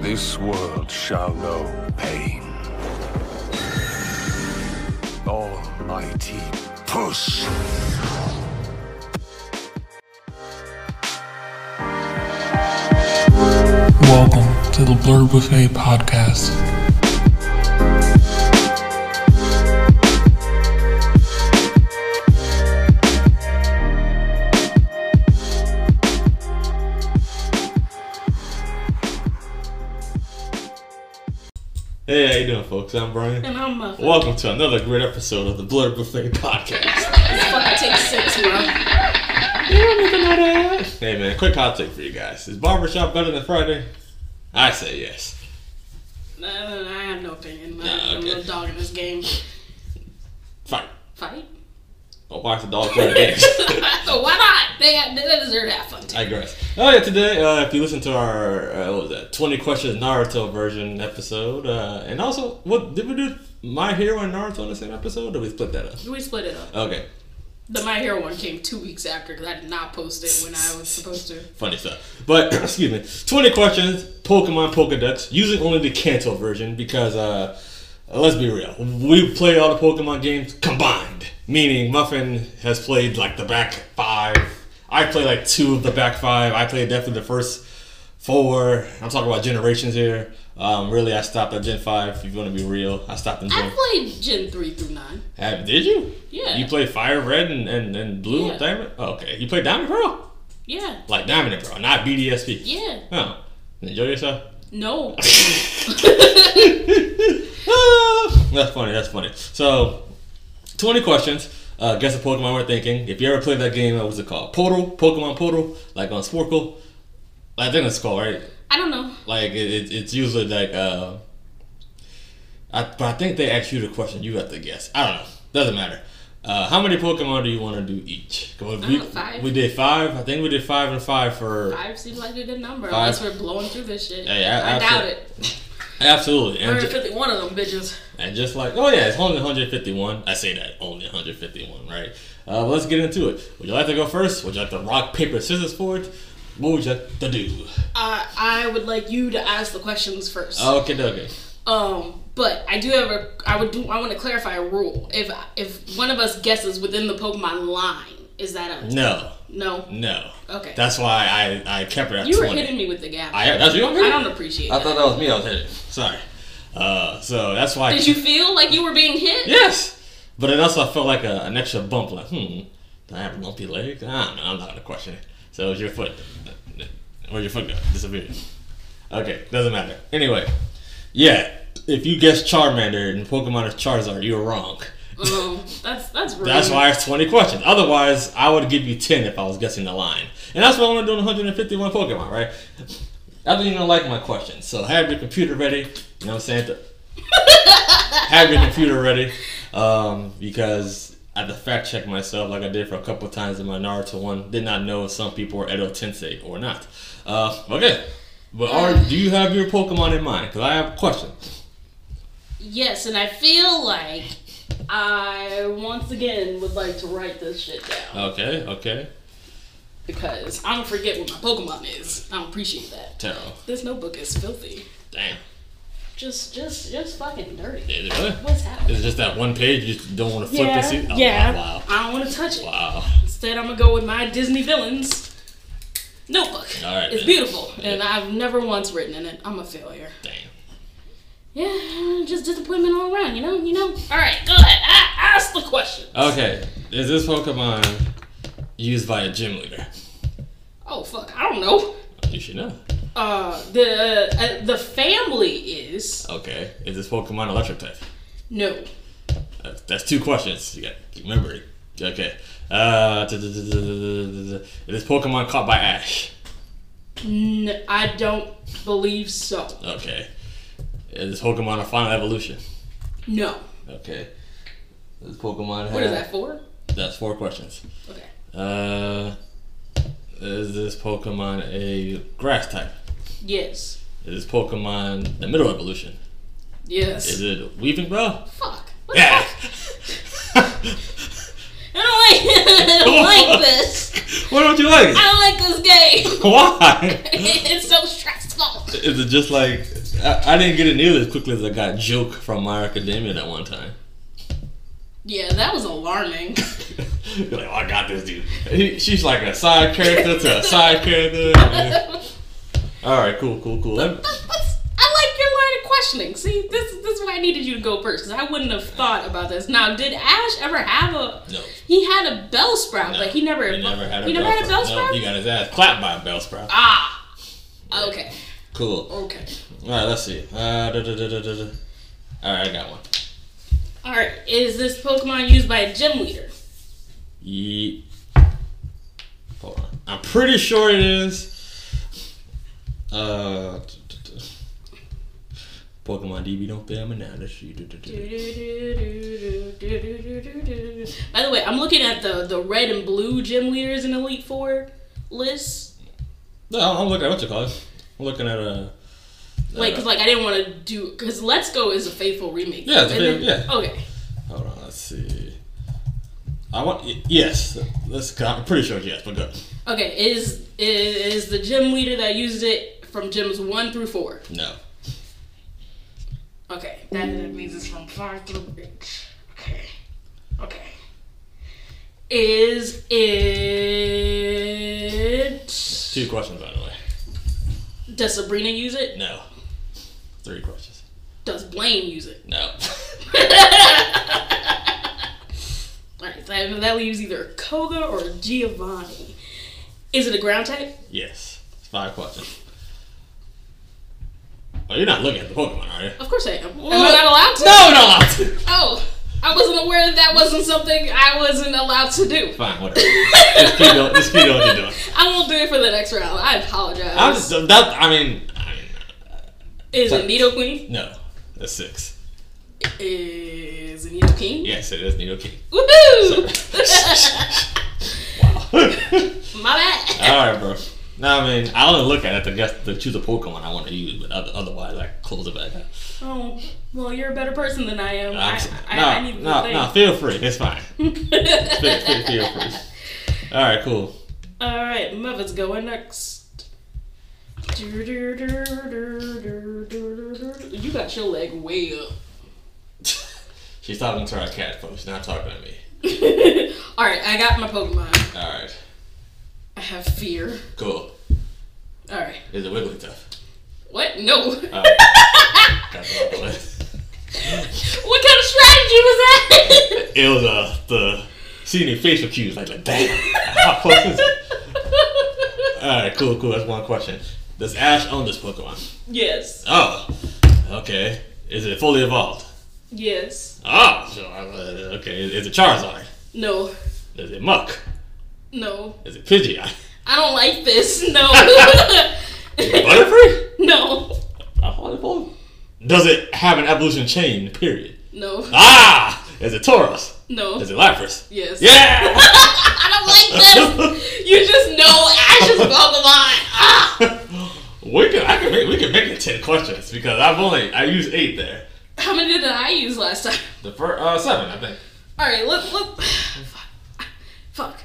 This world shall know pain. Almighty push. Welcome to the Blur Buffet Podcast. Hey, how you doing, folks? I'm Brian. And I'm a Welcome to another great episode of the Blurred Buffet Podcast. fucking take six, bro. hey, man, quick hot take for you guys: Is barbershop better than Friday? I say yes. No, no, no, I have no opinion. I'm Nah, a okay. little dog in this game. Fine. Fight? Oh, why is the dog playing games? so why not? They, had- they deserve to have fun too. I digress. Oh yeah, today, uh, if you listen to our uh, what was that, twenty questions Naruto version episode, uh, and also, what did we do? My Hero and Naruto in the same episode? Or did we split that up? We split it up. Okay, The My Hero one came two weeks after because I did not post it when I was supposed to. funny stuff. But excuse me, twenty questions, Pokemon Pokedex, using only the Kanto version because uh, let's be real, we play all the Pokemon games combined. Meaning, Muffin has played like the back five. I play like two of the back five. I played definitely the first four. I'm talking about generations here. Um, really, I stopped at Gen five. If you want to be real, I stopped in I Gen. played Gen 3 through 9. Have- did you? Yeah. You played Fire Red and and, and Blue Yeah. Diamond. Oh, okay, you played Diamond Pearl, Yeah. like Diamond and Pearl, not BDSP. Yeah. Oh, enjoy yourself. No. Ah, that's funny. That's funny. So, twenty questions. Uh, guess the Pokemon we're thinking. If you ever played that game, uh, what's it called? Portal, Pokemon Portal, like on Sporkle. I think it's called right. I don't know. Like it, it, it's usually like. Uh, I, but I think they ask you the question. You have to guess. I don't know. Doesn't matter. Uh, how many Pokemon do you want to do each? 'Cause I we, don't know, five. we did five. I think we did five and five for Five seems like a good number Five. unless we're blowing through this shit. Hey, I- I I- doubt it. absolutely. And ju- 151 of them bitches. And just like, oh yeah, it's only 151. I say that only 151, right? Uh, let's get into it. Would you like to go first? Would you like to rock paper scissors for it? What would you like to do? Uh, I would like you to ask the questions first. Okay, okay. Um, but I do have a. I would do. I want to clarify a rule. If if one of us guesses within the Pokemon line, is that a No, no? no. Okay. That's why I I kept it at you were 20. hitting me with the gap. I, I that's you. I'm hitting? don't appreciate I that. thought that was me. I was hitting. Sorry. Uh, so that's why. I Did you keep- feel like you were being hit? Yes. But it also felt like a, an extra bump. Like, hmm, do I have lumpy legs? I don't know. I'm not gonna question it. So it was your foot. Where'd your foot go? Disappeared. Okay, doesn't matter. Anyway, yeah. If you guessed Charmander and Pokemon is Charizard, you were wrong. Um, that's that's rude. That's why it's 20 questions. Otherwise, I would give you 10 if I was guessing the line. And that's what I want to do in 151 Pokemon, right? I don't even like my questions. So have your computer ready. You know what I'm saying? have your computer ready. Um, because I had to fact check myself like I did for a couple times in my Naruto one. Did not know if some people were Edo Tensei or not. Uh, okay. But are, do you have your Pokemon in mind? Because I have a question. Yes, and I feel like I once again would like to write this shit down Okay, okay. because I don't forget what my Pokemon is. I don't appreciate that. Tarot. This notebook is filthy. Damn. Just, just, just fucking dirty. Is it really? What's happening? It's just that one page. You just don't want to flip yeah, and see. Oh, yeah. Wow. I don't want to touch it. Wow. Instead, I'm gonna go with my Disney villains notebook. All right, it's man. beautiful, and I've never once written in it. I'm a failure. Damn. Yeah, just disappointment all around. You know, you know. All right, go ahead. A- ask the question. Okay. Is this Pokemon used by a gym leader? Oh fuck, I don't know. You should know. Uh, the uh, the family is Okay. Is this Pokemon electric type? no. That's, that's two questions. You got to remember it. Okay. Uh, duh, duh, duh, duh, duh, duh, duh, duh. is this Pokemon caught by Ash? N- I don't believe so. Okay. Is this Pokemon a final evolution? No. Okay. Is this Pokemon What is have- that for? That's four questions. Okay. Uh, is this Pokemon a grass type? Yes. Is this Pokemon the middle evolution? Yes. Is it a Weaving Bell? Fuck. What the Yeah. fuck? I don't don't like this. Why don't you like it? I don't like this game. Why? it's so stressful. Is it just like I, I didn't get it nearly as quickly as I got joke from My Academia that one time? Yeah, that was alarming. You're like, oh, I got this dude. He- she's like a side character to a side character. and- All right, cool, cool, cool. Let- What's- I like your line of questioning. See, this this is why I needed you to go first because I wouldn't have thought about this. Now, did Ash ever have a? No. He had a bell sprout, but he never. He never had a he never had a bell No, sprout. he got his ass clapped by a bell sprout. ah. Okay. Cool. Okay. All right, let's see. Uh, da, da, da, da, da, da. All right, I got one. All right. Is this Pokemon used by a gym leader? Ye- Hold on. I'm pretty sure it is. Uh, t- t- t- Pokemon DB don't fail me now. Let's see. Do- do- do. By the way, I'm looking at the the red and blue gym leaders in Elite Four list. No, I'm looking at what you call it. I'm looking at a. Like, cause like I didn't want to do because Let's Go is a faithful remake. Yeah, it's a Isn't it? faithful- yeah. Okay. Hold on, let's see. I want y- yes. Let's. I'm pretty sure it's yes, but good. Okay. Is is the gym leader that used it from gyms one through four? No. Okay. That, that means it's from five through eight. Okay. Okay. Is it? Two questions, by the way. Does Sabrina use it? No. Three questions. Does Blaine use it? No. Alright, so that that leaves either Koga or Giovanni. Is it a ground type? yes. Five questions. Oh, you're not looking at the Pokemon, are you? Of course I am. Am I not allowed to? No, no, allowed to. Oh, I wasn't aware that that wasn't something I wasn't allowed to do. Fine, whatever. just keep doing. Just keep doing what you're doing. I won't do it for the next round. I apologize. I'm just that. I mean, I mean, Is it Nido Queen? no. That's six. Is it Nido King? Yes, it is Nido King. Woohoo! My bad. All right, bro. No, I mean, I only look at it to guess to choose a Pokemon I want to use, but oth- otherwise, I close it back. up. Oh, well, you're a better person than I am. I, I'm s- I, no, I need to no, think. no. Feel free. It's fine. feel, feel, feel free. All right, cool. All right, Muppets going next. You got your leg way up. She's talking to our cat, folks. Not talking to me. All right, I got my Pokemon. All right, I have fear. cool. All right, Is it Wigglytuff? what? No. what kind Oh. Got the wrong one. of strategy was that? It was uh, the seeing your facial cues, like, like damn. How close is it? All right, cool, cool. That's one question. Does Ash own this Pokemon? yes. Oh, okay. Is it fully evolved? Yes. Oh, so, uh, okay. Is it Charizard? No. Is it Muck? No. Is it Pidgeot? I don't like this. No. Butterfree? no. I thought it evolved. Does it have an evolution chain? Period. No. Ah, is it Tauros? No. Is it Lapras? Yes. Yeah. I don't like this. You just know Ash is Pokemon. Ah. we can. I can make. We can make it ten questions because I've only. I used eight there. How many did I use last time? The first uh, seven, I think. All right, look, look. Fuck, fuck,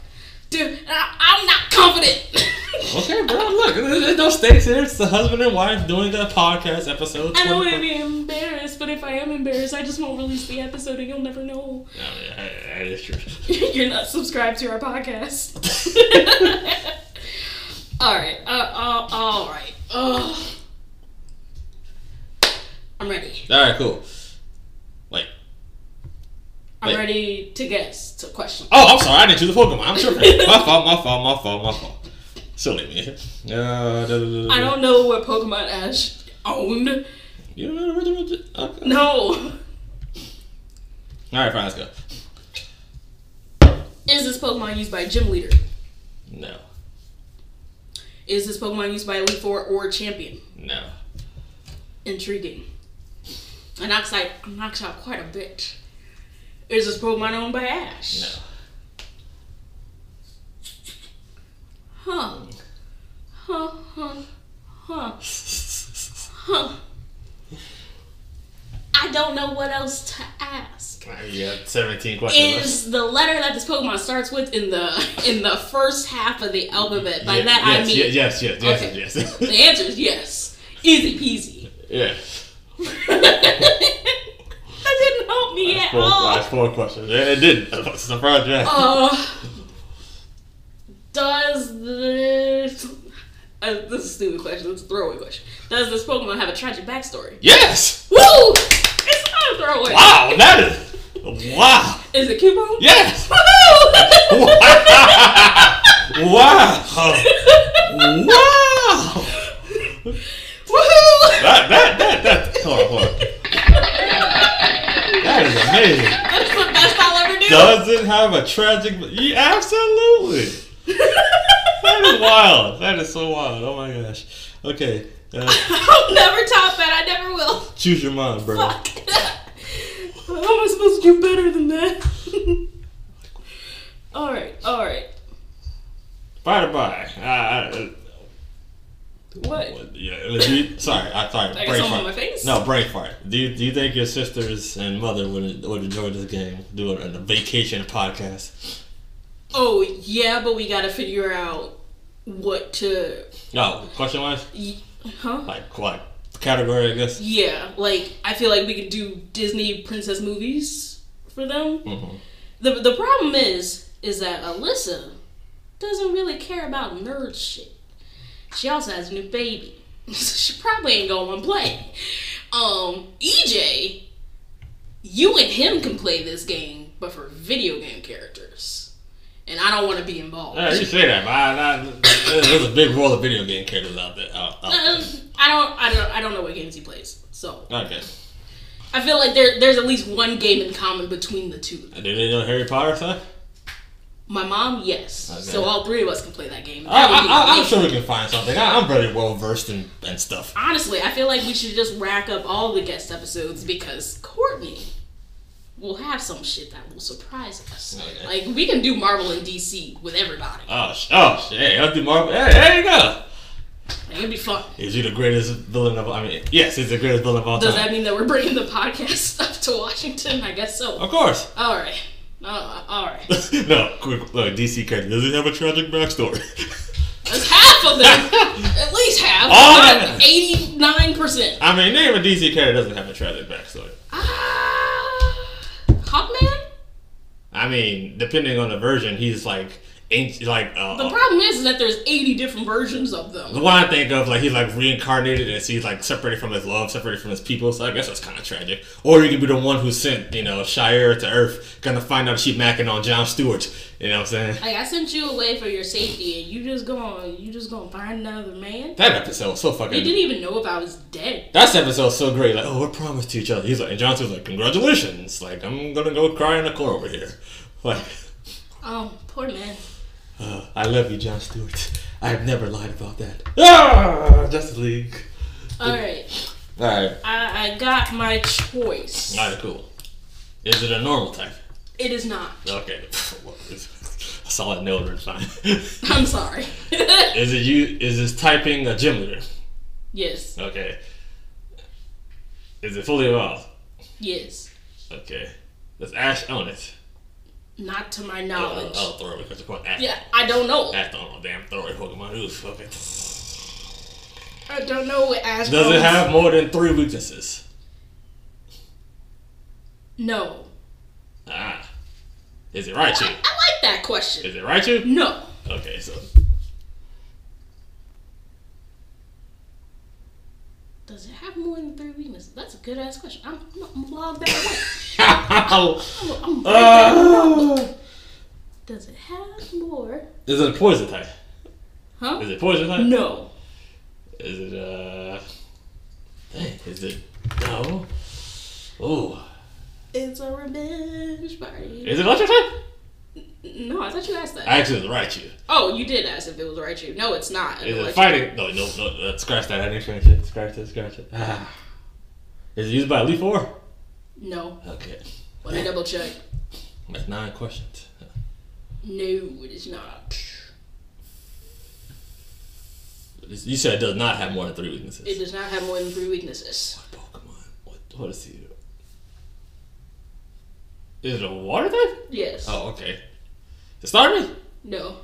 dude, I, I'm not confident. Okay, bro. Look, there- there's no stakes here. It's the husband and wife doing the podcast episode. I 24. don't want to be embarrassed, but if I am embarrassed, I just won't release the episode, and you'll never know. Oh, yeah, that is true. You're not subscribed to our podcast. all right, uh, uh, all right. Ugh. I'm ready. All right, cool. Like, I'm Wait. ready to guess to question. oh, I'm sorry, I didn't choose the Pokemon. I'm tripping. my fault, my fault, my fault, my fault. Silly me. Uh, da, da, da, da. I don't know what Pokemon Ash owned. You don't know the original- okay. No. All right, fine, let's go. Is this Pokemon used by a gym leader? No, Is this Pokemon used by Elite Four or Champion? no. Intriguing. And knocks like knocks out quite a bit. Is this Pokemon owned by Ash? No. Huh. Huh. Huh. Huh. Huh. I don't know what else to ask. Alright, You got 17 questions. left. is the letter that this Pokemon starts with in the in the first half of the alphabet. By Yeah, that yes, I mean yes, yes, yes, yes, Okay. yes, the answer is yes. Easy peasy. yes. that didn't help me at Four, all. last four questions. Yeah, it didn't. I was surprised. Yeah. Uh, does this uh, this is a stupid question, it's a throwaway question. Does this Pokemon have a tragic backstory? Yes. Woo! It's not a throwaway. Wow, that is wow. Is it Cubone? Yes. Woohoo! Wow. Wow. Woohoo! That that that that. Hold on, hold on. That is amazing. That's the best I'll ever do. Does it have a tragic? Yeah, absolutely. That is wild. That is so wild. Oh my gosh. Okay. Uh, I'll never top that. I never will. choose your mind, bro. Fuck. How am I supposed to do better than that? all right, all right. By the by, I, I, What? Uh, yeah, do you- sorry, I sorry. I brain got something fart. on my face? No, brain fart. Do you, do you think your sisters and mother would would enjoy this game? Do it on a vacation podcast. Oh yeah, but we gotta figure out what to. No, question wise, y- Huh? like like category, I guess. Yeah, like I feel like we could do Disney princess movies for them. Mhm. The the problem is is that Alyssa doesn't really care about nerd shit. She also has a new baby. So she probably ain't gonna wanna play. Um, EJ, you and him can play this game, but for video game characters. And I don't wanna be involved. Yeah, you say that, but I, I, there's a big world of video game characters out there. Out, out Um, I don't I don't I don't know what games he plays. So there. Okay. I feel like there there's at least one game in common between the two. Do they know Harry Potter stuff? My mom, yes. Okay. So all three of us can play that game. That I, would be I, I, I'm amazing. sure we can find something. I, I'm pretty well versed in and stuff. Honestly, I feel like we should just rack up all the guest episodes because Courtney will have some shit that will surprise us. Okay. Like we can do Marvel and DC with everybody. Oh, sh- oh, sh- hey, I'll do Marvel. Hey, there you go. Like, it'd be fun. Is he the greatest villain of? I mean, yes, he's the greatest villain of all Does time. that mean that we're bringing the podcast stuff to Washington? I guess so. of course. All right. Uh, all right. no, quick, look, DC character. Does he have a tragic backstory? That's half of them. At least half. All of them. Eighty-nine percent. I mean, name a DC character that doesn't have a tragic backstory. Ah, Hawkman. I mean, depending on the version, he's like, ancient, like uh, The problem is, is that there's 80 different versions of the them. one I think of, like he's like reincarnated and he's like separated from his love, separated from his people. So I guess that's kind of tragic. Or you could be the one who sent, you know, Shire to Earth, gonna find out she macking on John Stewart. You know what I'm saying? Like I sent you away for your safety, and you just going, you just gonna find another man. That episode was so You fucking. didn't e- even know if I was dead. That episode was so great. Like, oh, we're promised to each other. He's like, and John Stewart's like, congratulations. Like, I'm gonna go cry in the corner over here. Like, Um, poor man. uh, I love you, John Stewart. I have never lied about that. Ah, Justice League. All right, All right. I, I got my choice. All right, cool. Is it a normal type? It is not. Okay. Well, it's- a solid no would fine. I'm sorry. is it you? Is this typing a gym leader? yes, Okay. Is it fully evolved? yes. Okay. Does Ash own it? Not to my Oh, knowledge. oh, throw it because point. Ash. Yeah, I don't know. Ash don't know. Damn, throw it Pokemon. Oof. Okay. Does I don't know what Ash it owns. have more than three weaknesses? No. Ah. Is it I, I Raichu? like that question. Is it Raichu? No. Okay, so Does it have more than three weaknesses? That's a good ass question. I'm, I'm logged that way. I'm right Ah. Does it have more? is it a poison type? Huh? Is it poison type? No. Is it uh? dang, Is it no? Oh, It's a revenge party. is it electric type? No, I thought you asked that. I actually was right. You oh, you did ask if it was right you. No, it's not. is it Like, fighting? No, no, no. uh, Scratch that. I didn't scratch it. Scratch it. Scratch it. Ah. Is it used by Elite Four? No. Okay, Let me double check. that's nine questions. No, it is not. You said it does not have more than three weaknesses. It does not have more than three weaknesses. Pokemon. What? What is he? Is it a water type? Yes. Oh, okay. The Starmie? No.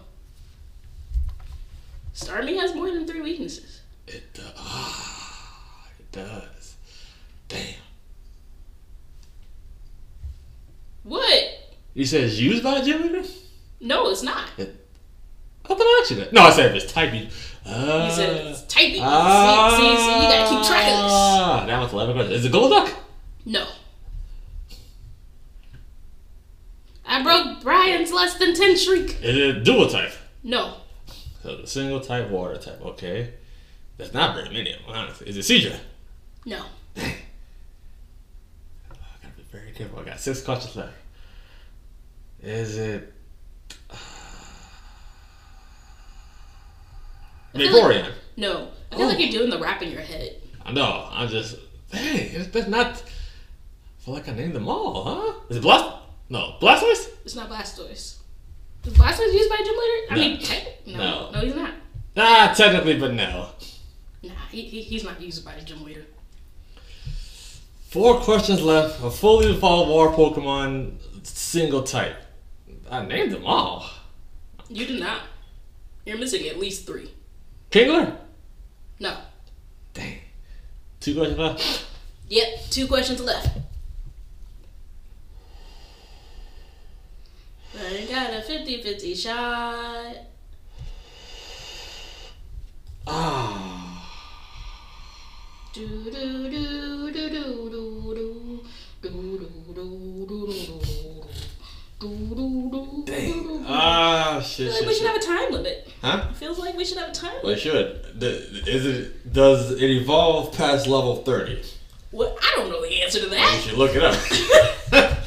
Starmie has more than three weaknesses. It does. it does. Damn. What? You said it's used by a gym leader? No, it's not. I thought I asked you that. No, I said if it's type you. Uh, He said it's type weakness. Ah, see, see, see, you gotta keep track of this. That was 11 questions. Is it Golduck? No. I broke Brian's less than 10 streak. Is it dual type? No. So the single type, water type. Okay. That's not very many of them, honestly. Is it Cedra? No. I gotta be very careful. I got six questions left. Is it. Vaporeon? No. I feel like you're doing the rap in your head. I know. I'm just. Dang, it's- that's not. I feel like I named them all, huh? Is it Blast? No, Blastoise? It's not Blastoise. Is Blastoise used by a gym leader? I No. mean, tech? No. No. no. he's not. Ah, technically, but no. Nah, he, he, he's not used by a gym leader. Four questions left. A fully evolved war Pokemon, single type. I named them all. You do not. You're missing at least three. Kingler? No. Dang. Two questions left. Yep, two questions left. I got a 50 50 shot. Ah. Do do do do do do do do do do do do do do do do Ah, shit, Feels like shit, we should shit. have a time limit. Huh? Feels like we should have a time Well, limit. it should. The- Is it, does it evolve past level 30? Well, I don't know the answer to You that. should look it up.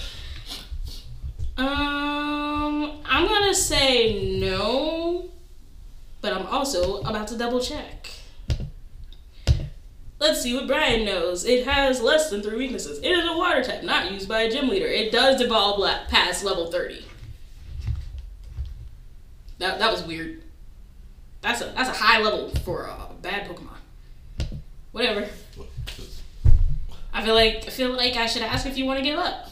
Um, I'm gonna say no, but I'm also about to double check. Let's see what Brian knows. It has less than three weaknesses. It is a water type, not used by a gym leader. It does evolve la- past level 30. That, that was weird. That's a that's a high level for a bad Pokemon. Whatever. I feel like I feel like I should ask if you want to give up.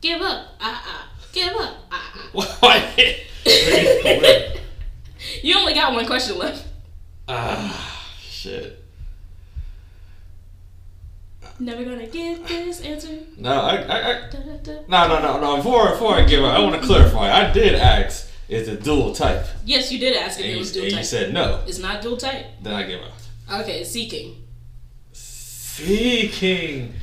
Give up. Ah ah. Give up. Ah ah. Why? You only got one question left. ah, shit. Never gonna get this answer. No, I, I, I, Da, da, da. no, no, no, no. Before, before I give up, I want to clarify. I did ask, is it dual type? Yes, you did ask if And it you, was dual and you type. said no. it's not dual type. Then I gave up. Okay, seeking. Seeking.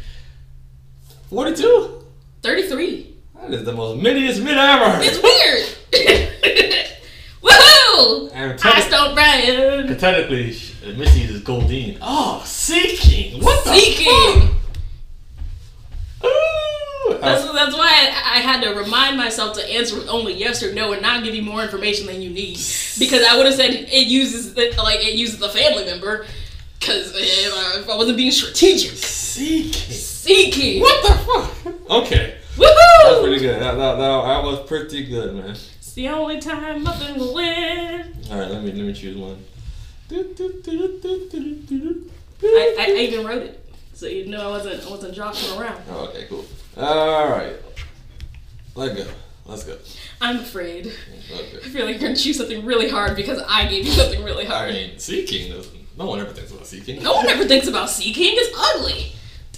42? 33. That is the most miniest mid I ever It's heard. weird! Woohoo! And I technically, stole Brian! technically sh- uh, Missy's is Goldeen. Oh, Seeking. What the Seeking! fuck? Ooh. That's, Uh, that's why I, I had to remind myself to answer with only yes or no and not give you more information than you need because I would have said it uses the, like it uses the family member because if I wasn't being strategic. seeking. Seeking. What the fuck? Okay. That's Woohoo! pretty good. That, that, that, that was pretty good, man. It's the only time I've been win. All right, let me let me choose one. I, I, I even wrote it, so you know I wasn't I wasn't joshing around. oh, okay, cool. All right, let go. Let's go. I'm afraid. I Okay. feel like you're gonna choose something really hard because I gave you something really I hard. mean, seeking. is- No one ever thinks about seeking. No one ever thinks about Sea King. It's ugly.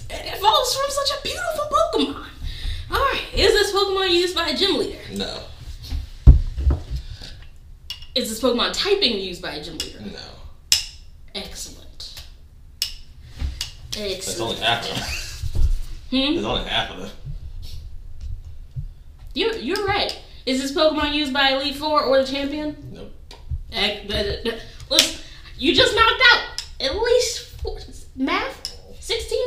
It evolves from such a beautiful Pokemon. All right, is this Pokemon used by a gym leader? No. Is this Pokemon typing used by a gym leader? No. Excellent. That's only Excellent. half of them. Hmm? That's only half of them. You're, you're right. Is this Pokemon used by Elite Four or the champion? Nope. Ec- th- th- th- Listen, you just knocked out at least four, math? 16?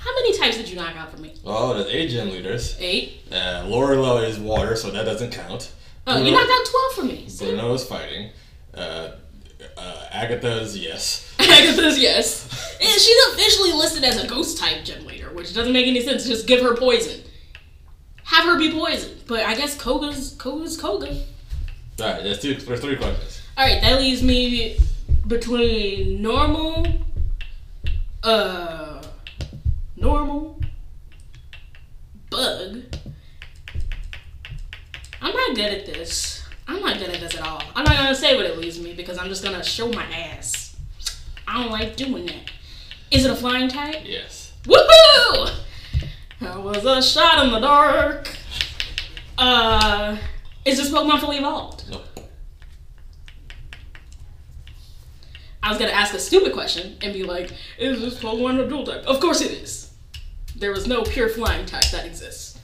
How many types did you knock out for me? Oh, there's eight gym leaders. Eight. Uh, Lorelei is water, so that doesn't count. Oh, you Bruno- knocked out 12 for me. See? Bruno is fighting. Uh, uh, Agatha is yes. Agatha's yes. And she's officially listed as a ghost type gym leader, which doesn't make any sense. Just give her poison. Have her be poisoned. But I guess Koga's Koga's Koga. All right, there's two. There's three questions. Alright, that leaves me between normal uh normal bug good at this. I'm not good at this at all. I'm not gonna say what it leaves me because I'm just gonna show my ass. I don't like doing that. Is it a flying kite? Yes. Woohoo! That was a shot in the dark. Uh, is this Pokemon fully evolved? Nope. I was gonna ask a stupid question and be like, is this Pokemon a dual type? Of course it is. There was no pure flying type that exists.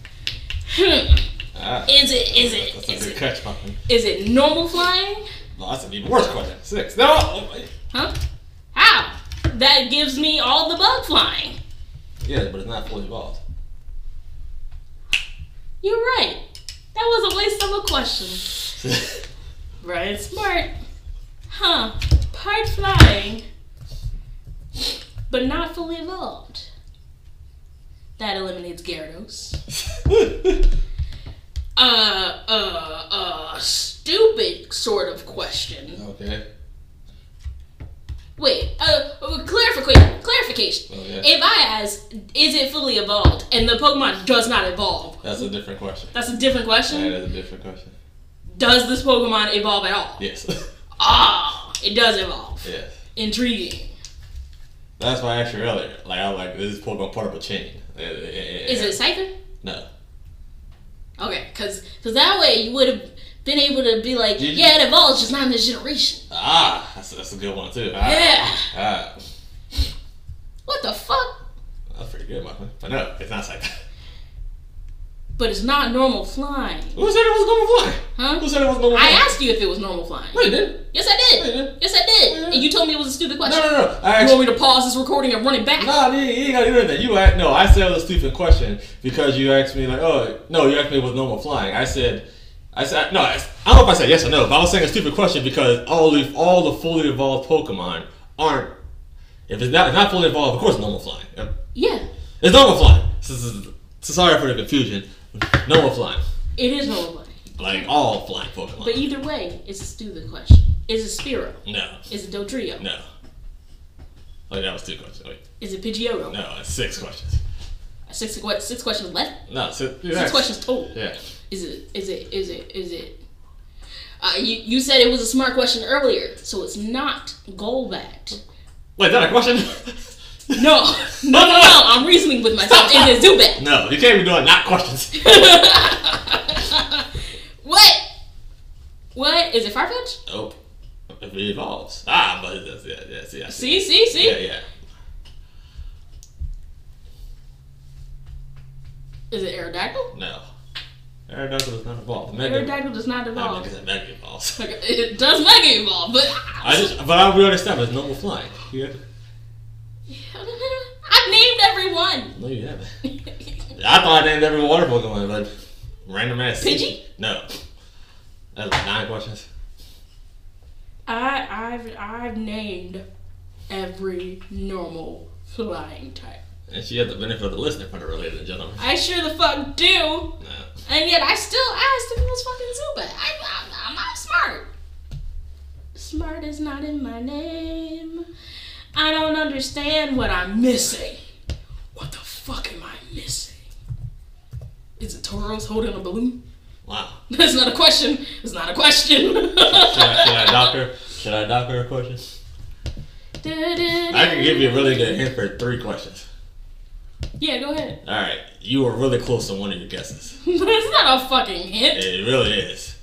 Hmm. Ah, Is it? Is that's it? a Is good it, catch, Pumpkin. is it normal flying? Well, that's an even worse question. Six. No. oh, wait. Huh? How? That gives me all the bug flying. Yeah, but it's not fully evolved. You're right. That was a waste of a question. Right, smart. Huh. Part flying, but not fully evolved. That eliminates Gyarados. Uh, uh, uh, stupid sort of question. okay. Wait, uh, uh clarification. Clarification. Oh yeah. If I ask, is it fully evolved, and the Pokemon does not evolve, That's a different question. that's a different That question. is a different question. Does this Pokemon evolve at all? Yes. Ah, it does evolve. yes. Intriguing. That's why I asked you earlier. Like I was like, is this Pokemon part of a chain? Uh, Is Is it a Cypher? uh, No. Okay, because cause that way you would have been able to be like, Did you- yeah, it evolves, just not in this generation. Ah, that's, that's a good one too. Ah, Yeah. Ah, What the fuck? that's pretty good, Michael. But no, it's not like that. But it's not normal flying, Who said it was going to fly? Who huh? said it was going to fly? I asked you if it was normal flying. No, you didn't. Yes, I No, you did. didn't. Yes, I did. And you told me it was a stupid No, question. no, no. I You asked. want me to pause this recording and run it back? Nah, you, you ain't gotta do anything. You act, no, I said it was a stupid question because you asked me like, oh, no, you asked me was normal flying. I said, I said no. I, I don't know if I said yes or no, but I was saying a stupid question because all the all the fully evolved Pokemon aren't. If it's not, not fully evolved, of course, it's normal flying. Yeah, It's normal flying. So, so- so sorry for the confusion. Normal flying, it is normal flying. like all flying Pokemon. But either way, it's a stupid question. Is it Spiro? no, Is it Dodrio? no. Oh, that was two questions. Wait, Is it Pidgeotto? no, it's six questions. Six que- six questions left. No, six, Six questions total. Yeah. Is it? Is it? Is it? Is it? Uh, you, you said it was a smart question earlier, so it's not goal backed. Wait, is that a question? No, no, no, no, I'm reasoning with myself. Is it Zubat? no, you can't be doing not questions. What? What is it? Farfetch? nope. If it evolves. Ah, but it does. Yeah, yeah, see, I see. See, see, see. Yeah, yeah. Is it Aerodactyl? No. Aerodactyl does not evolve. Mega, Aerodactyl does not I mean, evolve. because it mega evolves. Okay, It does mega evolve, but I just, but I, we already established normal flying. You have- I've named everyone. no, you haven't. I thought I named every water Pokemon, but random ass. Pidgey? No. That's like nine questions. I, I've, I've named every normal flying type. And she had the benefit of the listener for the related and gentlemen. I sure the fuck do, No. and yet I still asked if it was fucking Zubat. I, I, I'm, I'm smart. Smart is not in my name. I don't understand what I'm missing. What the fuck am I missing? Is it Tauros holding a balloon? Wow. That's not a question. It's not a question. Should I, should I dock her? Should I dock her a question? I can give you a really good hint for three questions. Yeah, go ahead. All right, you were really close to one of your guesses. That's not a fucking hint. It really is,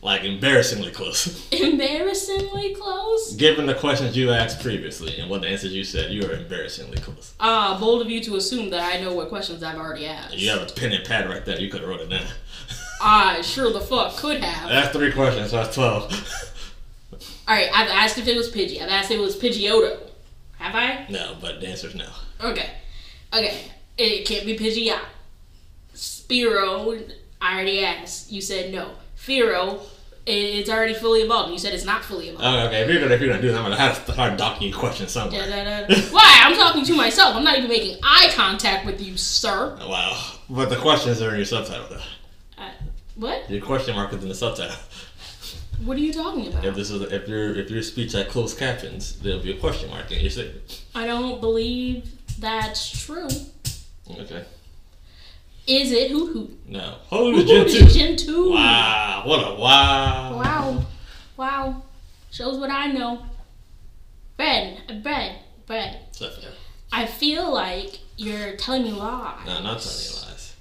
like embarrassingly close. Embarrassingly close. Given the questions you asked previously and what the answers you said, you are embarrassingly close. Ah, bold of you to assume that I know what questions I've already asked. You have a pen and pad right there. You could have wrote it down. I sure the fuck could have. That's three questions, so that's twelve. Alright, I've asked if it was Pidgey. I've asked if it was Pidgeotto. Have I? no, but the answer's no. Okay. Okay. It can't be Pidgeot. Spiro, I already asked. You said no. Firo, it- it's already fully evolved. You said it's not fully evolved. Okay, okay. If you're gonna if you're gonna do that, I'm gonna have to start docking you questions somewhere. Da-da-da. Why? I'm talking to myself. I'm not even making eye contact with you, sir. Oh, Wow, but the questions are in your subtitle though. I, Uh, what? Your question mark is in the subtitle. What are you talking about? If this is if your if your speech had closed captions, there'll be a question mark in your statement. I don't believe that's true. Okay. It Is it Hoot Hoot? No. Holy Hoot Gen 2. Gen 2. Wow. What a wow. Wow. Wow. Shows what I know. Bread, bread, bread. Stuff there. I feel like you're telling me lies. No, not telling you lies.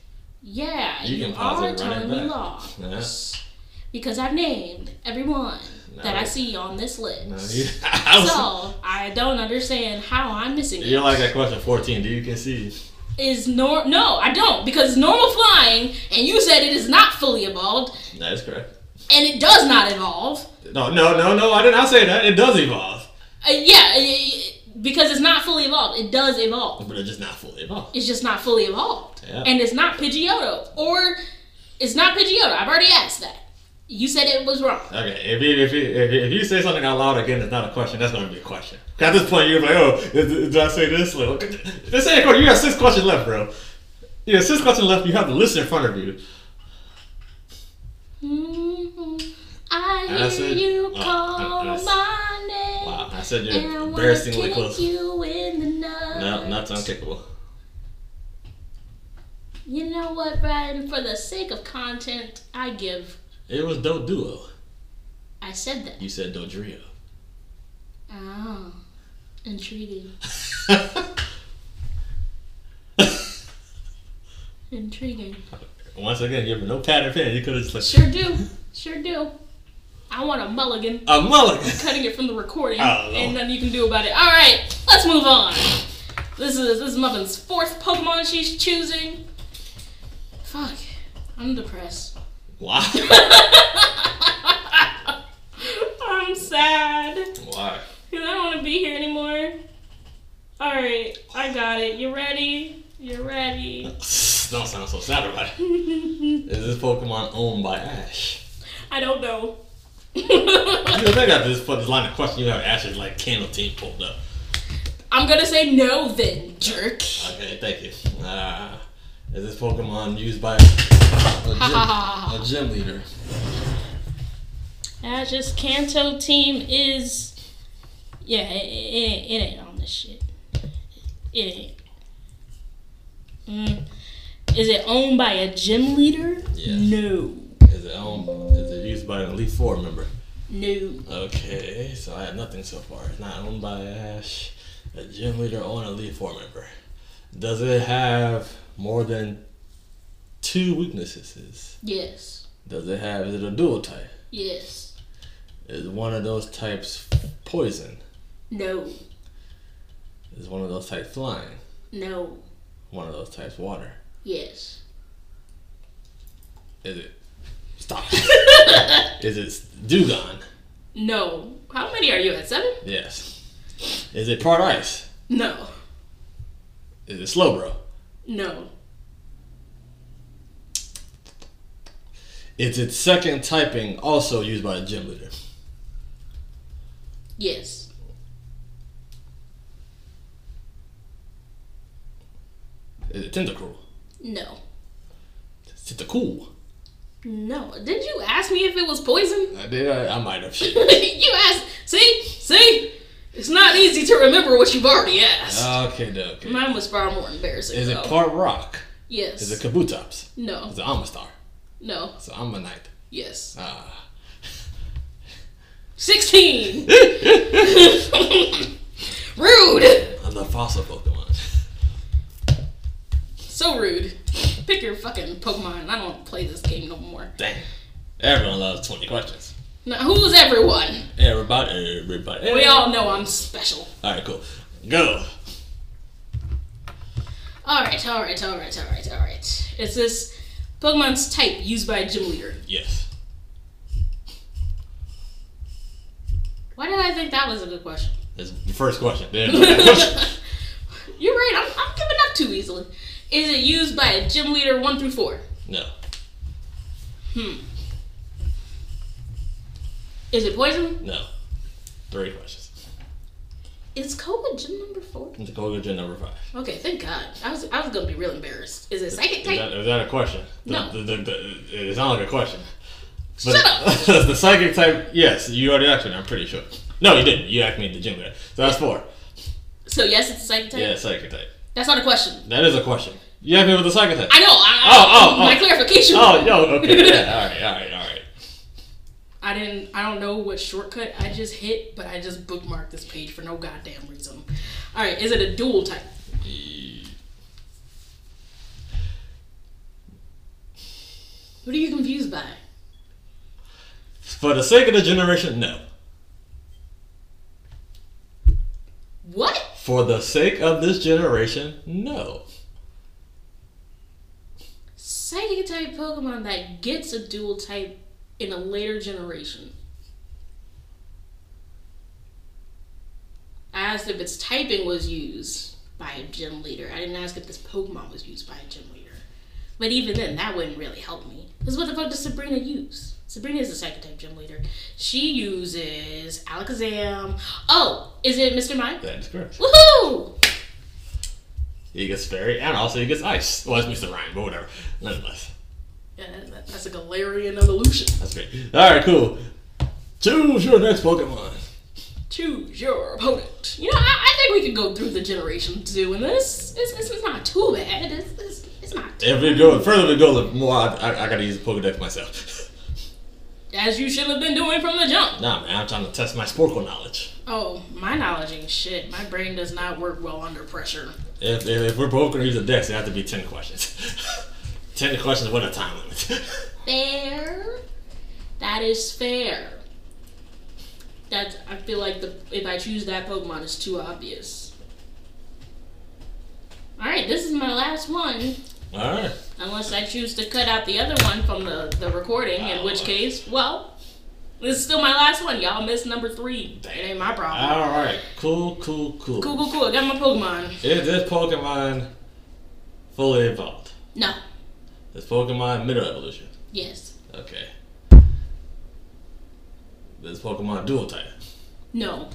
Yeah, You you, can pause it, are run it telling me back. lies. No. Because I've named everyone that I No. see on this list. No, you, I was, So I don't understand how I'm missing it. You're like that question 14. Do you concede? Is nor no, I don't because normal flying, and you said it is not fully evolved, That is correct. and it does not evolve. No, no, no, no. I did not say that. It does evolve. Uh, yeah, i- i- because it's not fully evolved, it does evolve. But it's just not fully evolved. It's just not fully evolved, Yeah. and it's not Pidgeotto, or it's not Pidgeotto. I've already asked that. You said it was wrong. Okay, if you, if, you, if, you, if you say something out loud again, it's not a question. That's going to be a question. 'Cause At this point, you're like, oh, did, did I say this? Like, this ain't a question. You got six questions left, bro. You got six questions left. You have the list in front of you. Mhm. I And hear I said- you oh, I- call I s- my name. Wow, I said And I you're wanna embarrassingly kick close. you in the nuts. No, that's unkickable. You know what, Brian? For the sake of content, I give. It was Do Duo. I said that. You said Dodrio. Oh, intriguing. Intriguing. Once again, you have no pattern pen. You could have just like, Sure do. Sure do. I want a mulligan. a mulligan. Cutting it from the recording, Oh, Lord. and nothing you can do about it. All right, let's move on. This is this is Muffin's fourth Pokemon she's choosing. Fuck, I'm depressed. Why? I'm sad. Why? Cause I don't want to be here anymore. All right, I got it. You ready? You ready? Don't sound so sad about it. Is this Pokemon owned by Ash? I don't know. You would think after this, this line of question, you have Ash's like candle team pulled up. I'm gonna say no then, jerk. Okay, thank you. Uh, is this Pokemon used by a gym, a gym leader? Ash's Kanto team is, yeah, it, it, ain't- it ain't on this shit. It ain't. Mm. Is it owned by a gym leader? Yes. No. Is it owned? Is it used by an Elite Four member? No. Okay, so I have nothing so far. It's not owned by Ash, a gym leader, or an Elite Four member. Does it have more than two weaknesses? Yes. Does it have? Is it a dual type? Yes. Is one of those types poison? No. Is one of those types flying? No. One of those types water? Yes. Is it? Stop. Is it Dugon? No. How many are you at? Seven? Yes. Is it part ice? No. Is it Slowbro? No. Is its second typing also used by a gym leader? Yes. Is it Tentacruel? No. Is it the cool? No. Didn't you ask me if it was poison? I did. I, I might have. Shit. you asked. See? See? It's not easy to remember what you've already asked. okay, no, okay. Mine was far more embarrassing. Uh, Is it though. part rock? Yes. Is it Kabutops? no. Is it Amistar? No. So I'm a knight. Yes. Ah. 16! rude! I'm the fossil Pokemon. So rude. Pick your fucking Pokemon. I don't play this game no more. Dang. Everyone loves 20 questions. Now, who's everyone? Everybody, everybody. We all know I'm special. Alright, cool. Go. Alright, alright, alright, alright, alright. Is this Pokemon's type used by a gym leader? Yes. Why did I think that was a good question? That's the first question. Then the question. You're right, I'm, I'm giving up too easily. Is it used by a gym leader 1 through 4? No. Is it poison? No. Three questions. Is Koga gym number 4? Let's go to number five. Okay, thank God. I was, I was gonna be real embarrassed. Is it psychic Is type? that, is that a question? The- No. the- the- the- it's not like a question. Shut up! the psychic type, yes, you already asked me, I'm pretty sure. No, you didn't. You asked me at the gym there. So that's four. So, yes, it's a psychic type? Yeah, psychic type. That's not a question. That is a question. You happy with the psych attack? I know. I, Oh, oh, my oh. clarification. Oh, yo, okay. Yeah, all right, all right, all right. I didn't. I don't know what shortcut I just hit, but I just bookmarked this page for no goddamn reason. All right, is it a dual type? What are you confused by? For the sake of the generation, no. What? For the sake of this generation, no. Psychic type Pokemon that gets a dual type in a later generation. I asked if its typing was used by a gym leader. I didn't ask if this Pokemon was used by a gym leader. But even then, that wouldn't really help me. Because what the fuck does Sabrina use? Sabrina is a psychic type gym leader. She uses Alakazam. Oh, is it Mr. Mime? That is correct. Woohoo! He gets fairy, and also he gets ice. Well, that's Mr. Ryan, but whatever. Nonetheless, Yeah, that- that's a Galarian evolution. that's great. All right, cool. Choose your next Pokemon. choose your opponent. You know, I, I think we could go through the generations doing this. It's, it's, it's not too bad. It's, it's, it's not too If we go further, we go the more. I, I, I gotta use Pokedex myself. As you should have been doing from the jump. nah, man, I'm trying to test my Sporkle knowledge. Oh, my knowledge ain't shit. My brain does not work well under pressure. If, if, if we're both gonna use a Dex, it have to be ten questions. ten questions with a time limit. Fair. That is fair. That's, I feel like the if I choose that Pokemon, it's too obvious. Alright, this is my last one. All right. Unless I choose to cut out the other one from the, the recording, in which case, well, this is still my last one. Y'all missed number three. It ain't my problem. All right. Cool. Cool. Cool. Cool, cool, cool. I got my Pokemon. Is this Pokemon fully evolved? No. Is Pokemon middle evolution? Yes. Okay. Is Pokemon dual type? No.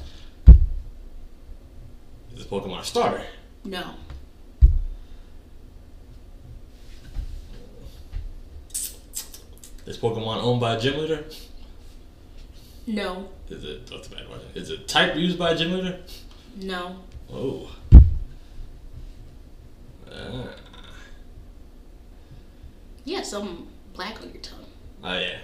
Is this Pokemon starter? No. Is Pokemon owned by a gym leader? No. Is it what's the bad word? Is it type used by a gym leader? No. Oh. Ah. Yeah, some black on your tongue. Oh yeah.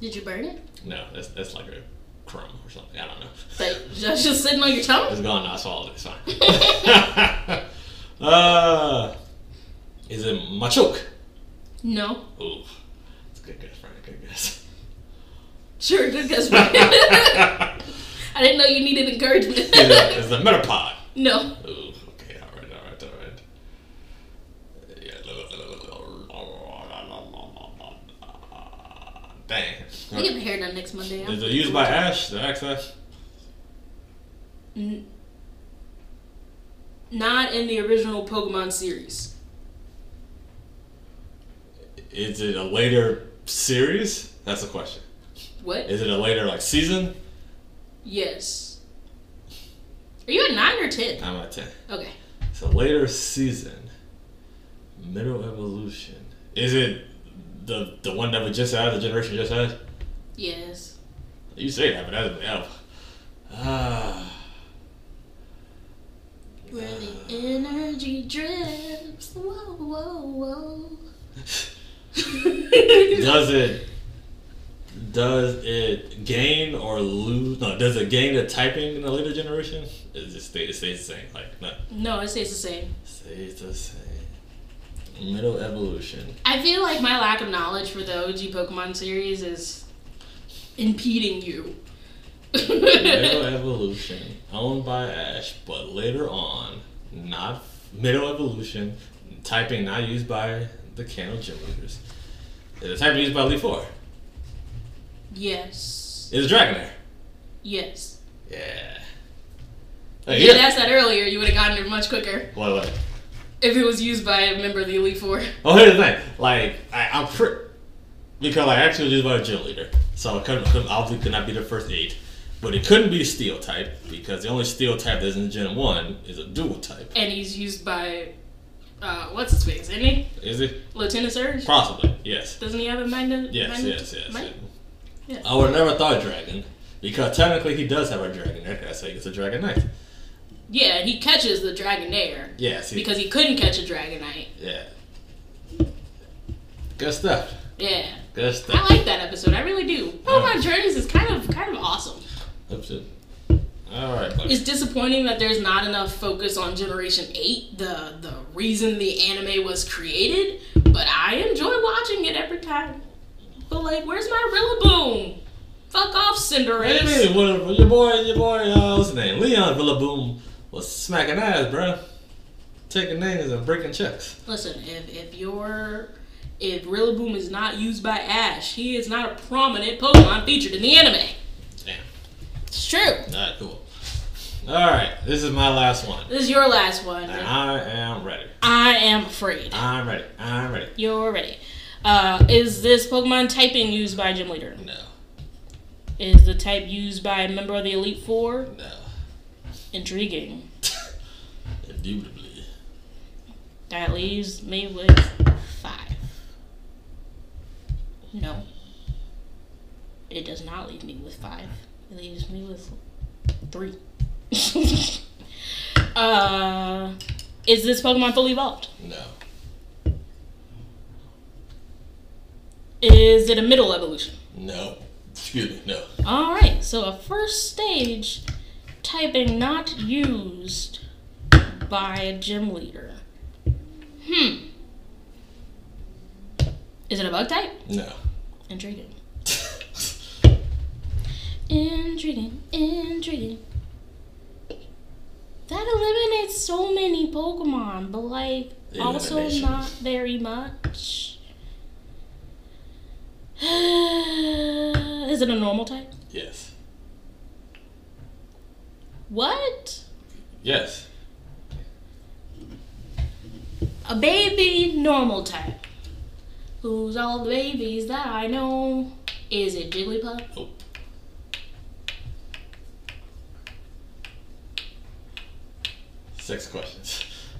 Did you burn it? No, that's that's like a crumb or something. I don't know. But just just sitting on your tongue? It's gone. now, I swallowed it. It's fine. uh, is it Machoke? No. Ooh, it's a good guess, Brian. Good guess. Sure, good guess. I didn't know you needed encouragement. Is it, is it Metapod? no. Ooh, okay, all right, all right, all right. Yeah. We Dang. get the hair done next Monday. Is it used by Ash? The Axe Ash? N- not in the original Pokemon series. Is it a later series? That's the question. What? Is it a later like season? Yes. Are you at nine or ten? I'm at ten. Okay. It's a later season. Middle evolution. Is it the the one that we just had? The generation just had? Yes. You say that, but that doesn't help. Ah. Where the energy drips. Whoa, whoa, whoa. does it does it gain or lose no does it gain the typing in the later generation it just stay, it stays the same like not no, it stays the same. stays the same middle evolution I feel like my lack of knowledge for the OG Pokemon series is impeding you. middle evolution owned by ash but later on not middle evolution typing not used by the canon gym leaders is the typing used by leaf 4 yes. is dragonair Yes. yeah Hey, If you had yeah. asked that earlier, you would have gotten it much quicker Wait, wait. if it was used by a member of the Elite Four. Oh, here's the thing. Like, I, I'm pretty. Because, like, I actually was used by a gym leader. So, it couldn't, couldn't, obviously, could not be the first eight. But it couldn't be steel type. Because the only steel type that's in Gen 1 is a dual type. And he's used by, uh, what's his face, isn't he? Is it? Lieutenant Surge? Possibly. Yes. Doesn't he have a magnet? Yes, magnet- yes, yes. mag- yeah. Yes. I would have never thought dragon. Because technically, he does have a dragon. That's how he gets a dragon knight. Yeah, and he catches the Dragonair Yeah, see. because he couldn't catch a Dragonite. yeah. Good stuff. Yeah. Good I stuff. like that episode. I really do. Pokemon Journeys is kind of kind of awesome. Oops. All right. buddy. It's disappointing that there's not enough focus on Generation Eight, the the reason the anime was created. But I enjoy watching it every time. But like, where's my Rillaboom? Fuck off, Hey, Cinderace. man, what- your boy, your boy, uh, what's his name? Leon Villaboom was smacking ass, bro. Taking names and breaking checks. Listen, if if your if Rillaboom is not used by Ash, he is not a prominent Pokemon featured in the anime. Damn. It's true. All right, cool. All right, this is my last one. This is your last one. And I am ready. I am afraid. I'm ready. I'm ready. You're ready. Uh, is this Pokemon typing used by a gym leader? No, Is the type used by a member of the Elite Four? no. Intriguing. Indubitably. That leaves me with five. No. It does not leave me with five. It leaves me with three. uh, is this Pokemon fully evolved? No, Is it a middle evolution? no. Excuse me, no. All right, so a first stage typing not used by a gym leader. Hmm. Is it a bug type? No. Intriguing. Intriguing. Intriguing. That eliminates so many Pokemon, but like also Elimination. not very much. Is it a normal type? yes. What? Yes. A baby normal type. Who's all the babies that I know? Is it Jigglypuff? Nope. Six questions.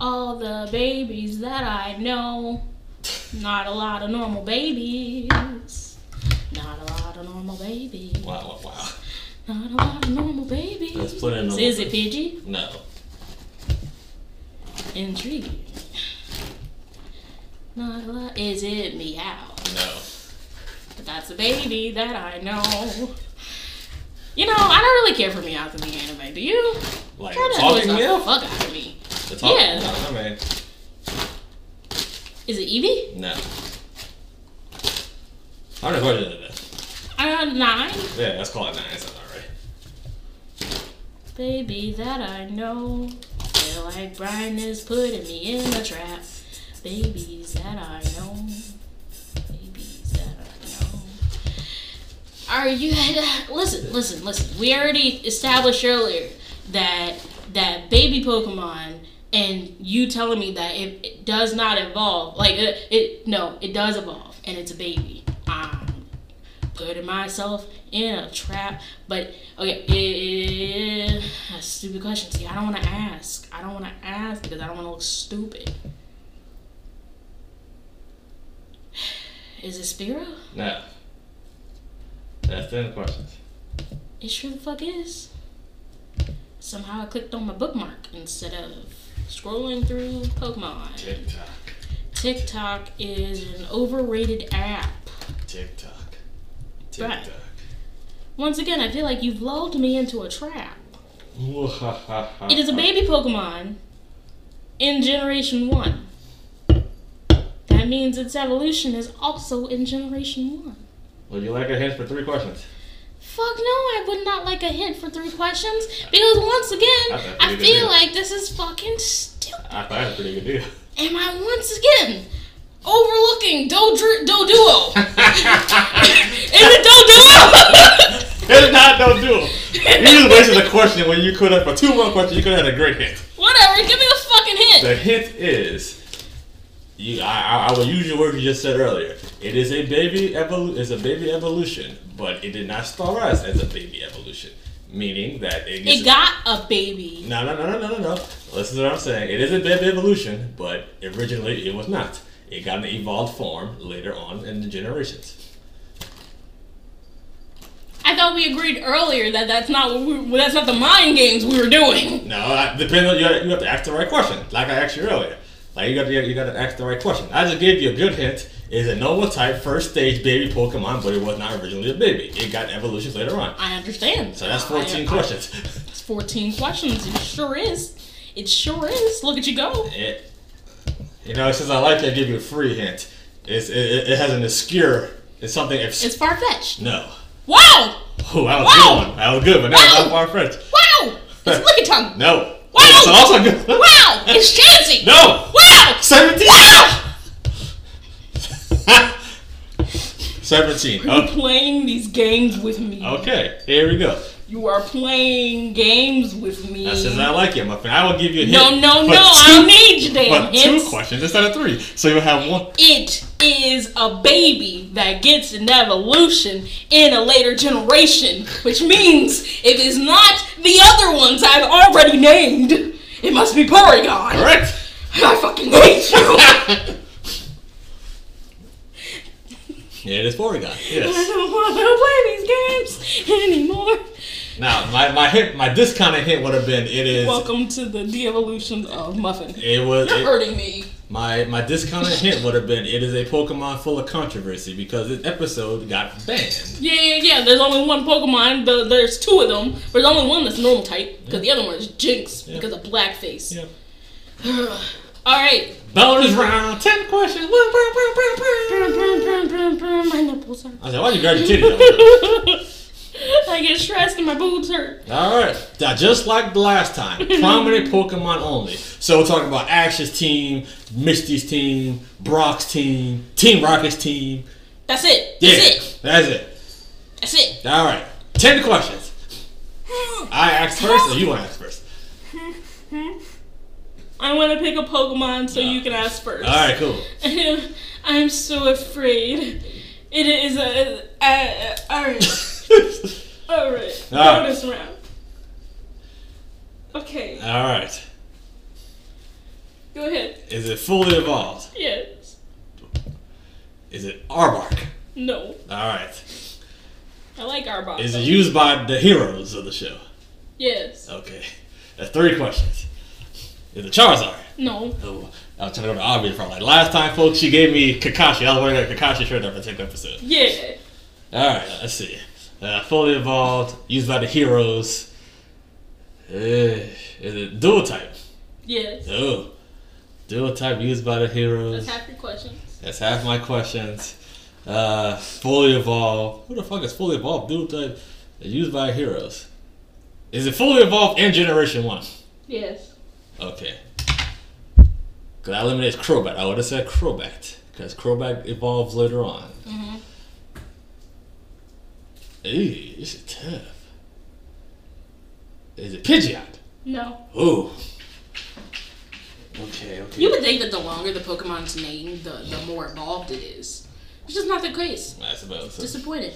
All the babies that I know. Not a lot of normal babies. Not a lot of normal babies. Wow, wow, wow. Not a lot of normal babies. Let's put in a Is it Pidgey? No. Intriguing. Not a lot. Is it Meow? No. But that's a baby that I know. You know, I don't really care for Meow in the anime. Do you? Like That annoys talking the meow? fuck out of me. The talking Yeah. meow, I mean, Is it Eevee? no. I'm recording it. then. Uh, nine. Yeah, let's call it nine. It's not alright. Baby that I know, feel like Brian is putting me in a trap. Babies that I know, babies that I know. Are you? Listen, listen, listen. We already established earlier that that baby Pokemon. And you telling me that it, it does not evolve, like it, it, no, it does evolve, and it's a baby. Um, I'm putting myself in a trap. But okay, eh, that's a stupid question. See, I don't want to ask. I don't want to ask because I don't want to look stupid. Is it Spiro? No. That's ten questions. It sure the fuck is. Somehow I clicked on my bookmark instead of scrolling through Pokemon. Tick tock. TikTok is an overrated app. Tick tock. Tick Right. Once again, I feel like you've lulled me into a trap. tock. It is a baby Pokemon in Generation 1. That means its evolution is also in Generation 1. Would you like a hint for three questions? Fuck no, I would not like a hint for three questions because once That's again, a I pretty good feel deal. like this is fucking stupid. I thought that was a pretty good deal. Am I once again overlooking Dodr- Doduo? is it Doduo? It's not no duel. You just wasted a question when you could have for two more questions. You could have had a great hint. Whatever, give me a fucking hint. The hint is, you. I, I, I will use your word you just said earlier. It is a baby evolu- It's a baby evolution, but it did not start us as a baby evolution, meaning that it, gets It got a baby. No, no, no, no, no, no, no. Listen to what I'm saying. It is a bit of evolution, but originally it was not. It got an evolved form later on in the generations. I I thought we agreed earlier that that's not what we, well, that's not the mind games we were doing. No, I- depending on you, gotta- you have to ask the right question. Like I asked you earlier, like you got to you got to ask the right question. I just gave you a good hint. Is a normal type first stage baby Pokemon, but it was not originally a baby. It got evolutions later on. I understand. So that's Oh, I- 14 questions. It's 14 questions. It sure is. It sure is. Look at you go. It, you know, since I like to give you a free hint, it's, it, it- it has an obscure. It's something. Obs- It's far fetched. no. Wow! Oh, that was Wow. good one. That was good, but no, it's Wow. not far fetched. Wow! It's licky tongue. No. Wow. It's also good. Wow! It's Ah! Chansey! No. Wow! 17. Wow! 17. You're Okay. playing these games with me. okay, here we go. You are playing games with me. That says I like you, my friend. I will give you a hint. No, no, for no! I don't need your damn But two hints. questions instead of three. So you'll have one. It is a baby that gets an evolution in a later generation, which means it is not the other ones I've already named. It must be Porygon. Correct. I fucking hate you. Yeah, it is Porygon. I Yes. don't want to play these games anymore. now, my, my hint, my discounted hint would have been it is. Welcome to the de-evolution of Muffin. It was You're it- hurting me. my my discounted hint would have been it is a Pokemon full of controversy because this episode got banned. Yeah, yeah, yeah. There's only one Pokemon. But there's two of them. There's only one that's normal type because the other one is Jinx because of blackface. Yep. All right. Bonus round, ten questions. Woo, woo, woo, woo, woo. My nipples hurt. I said, why you grab your titty? I get stressed and my boobs hurt. All right. Now, just like the last time, prominent Pokemon only. So we're talking about Ash's team, Misty's team, Brock's team, Team Rocket's team. That's it. Yeah, That's it. that's it. That's it. All right, ten questions. I asked first, or you want to ask first? I want to pick a Pokemon so you can ask first. All right, cool. I'm so afraid. It is a. Uh, Alright. Alright. Ah. Bonus round. Okay. All right. Go ahead. Is it fully evolved? Yes. Is it Arbok? No. All right. I like Arbok. Is it used by the heroes of the show? Yes. Okay. That's three questions. Is it Charizard? No. Oh, I was trying to go to obvious for like last time, folks. She gave me Kakashi. I was wearing a Kakashi shirt every single episode. Yeah. All right, let's see. Uh, fully evolved, used by the heroes. Uh, is it dual type? Yes. Oh, dual type used by the heroes. That's half your questions. That's half my questions. Uh, fully evolved. Who the fuck is fully evolved? Dual type used by heroes. Is it fully evolved in Generation One? Yes. Okay. Because I eliminated Crobat. I would have said Crobat. Because Crobat evolves later on. Mm-hmm. Ew, this is tough. Is it Pidgeot? No. Ooh. Okay, okay. You would think that the longer the Pokemon's name, the, the more evolved it is. It's just not the case. I suppose. So. Disappointed.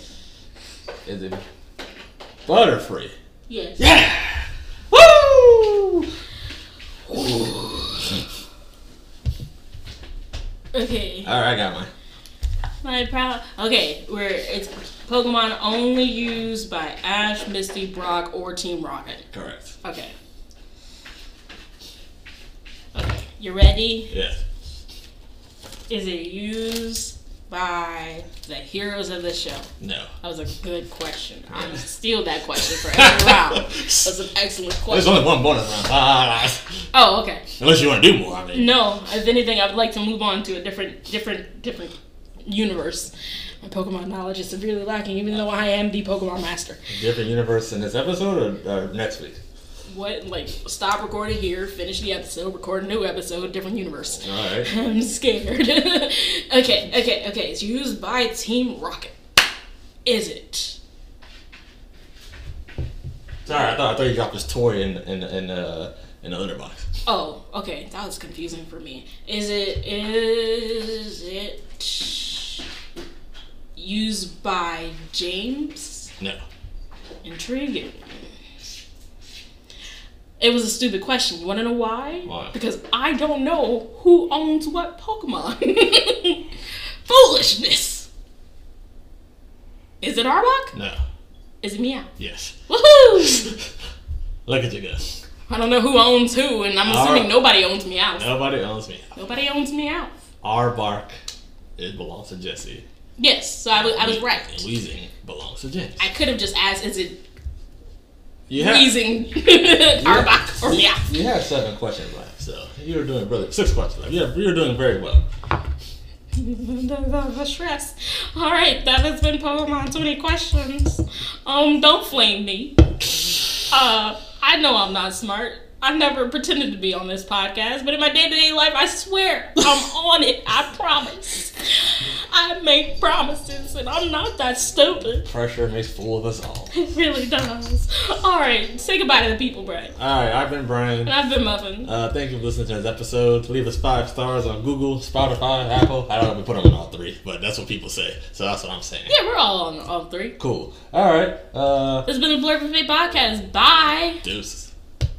Is it Butterfree? Yes. Yeah! Woo! Okay. Alright, I got mine. My proud. Okay, where it's Pokemon only used by Ash, Misty, Brock, or Team Rocket. Correct. Okay. Okay. You ready? Yeah. Is it used by the heroes of the show? No. That was a good question. I'm gonna steal that question for every round. That's an excellent There's question. only one bonus round. Ah, Oh, okay. Unless you want to do more, I mean. No, if anything, I would like to move on to a different, different, different universe. My Pokemon knowledge is severely lacking, even though I am the Pokemon master. Different universe in this episode or, or next week? What? Like, stop recording here, finish the episode, record a new episode, different universe. Alright. I'm scared. okay, okay, okay. It's used by Team Rocket. Is it? Sorry, I thought I thought you dropped this toy in in in uh in the litter box. Oh, okay. That was confusing for me. Is it? Is it used by James? No. Intriguing. It was a stupid question. You want to know why? Why? Because I don't know who owns what Pokemon. Foolishness. Is it Arbok? No. Is it meow? Yes. Woohoo! Look at you go. I don't know who owns who, and I'm All assuming right. nobody owns meow. Nobody owns me. Nobody owns meow. Our bark, it belongs to Jesse. Yes, so I was, I was right. And wheezing belongs to James. I could have just asked, is it You have, wheezing Arbok or meow? you have seven questions left, so you're doing really six questions left. Yeah, you're doing very well. the, the, the stress. All right, that has been Pokemon 20 questions. Um, don't flame me. Uh, I know I'm not smart. I never pretended to be on this podcast, but in my day-to-day life, I swear I'm on it. I promise. I make promises, and I'm not that stupid. Pressure makes fool of us all. It really does. All right, say goodbye to the people, Brad. All right, I've been Brian. And I've been Muffin. Uh, thank you for listening to this episode. Leave us five stars on Google, Spotify, Apple. I don't know if we put them on all three, but that's what people say. So that's what I'm saying. Yeah, we're all on all three. Cool. All right. Uh, This has been the Blurb Buffet Podcast. Bye. deuces.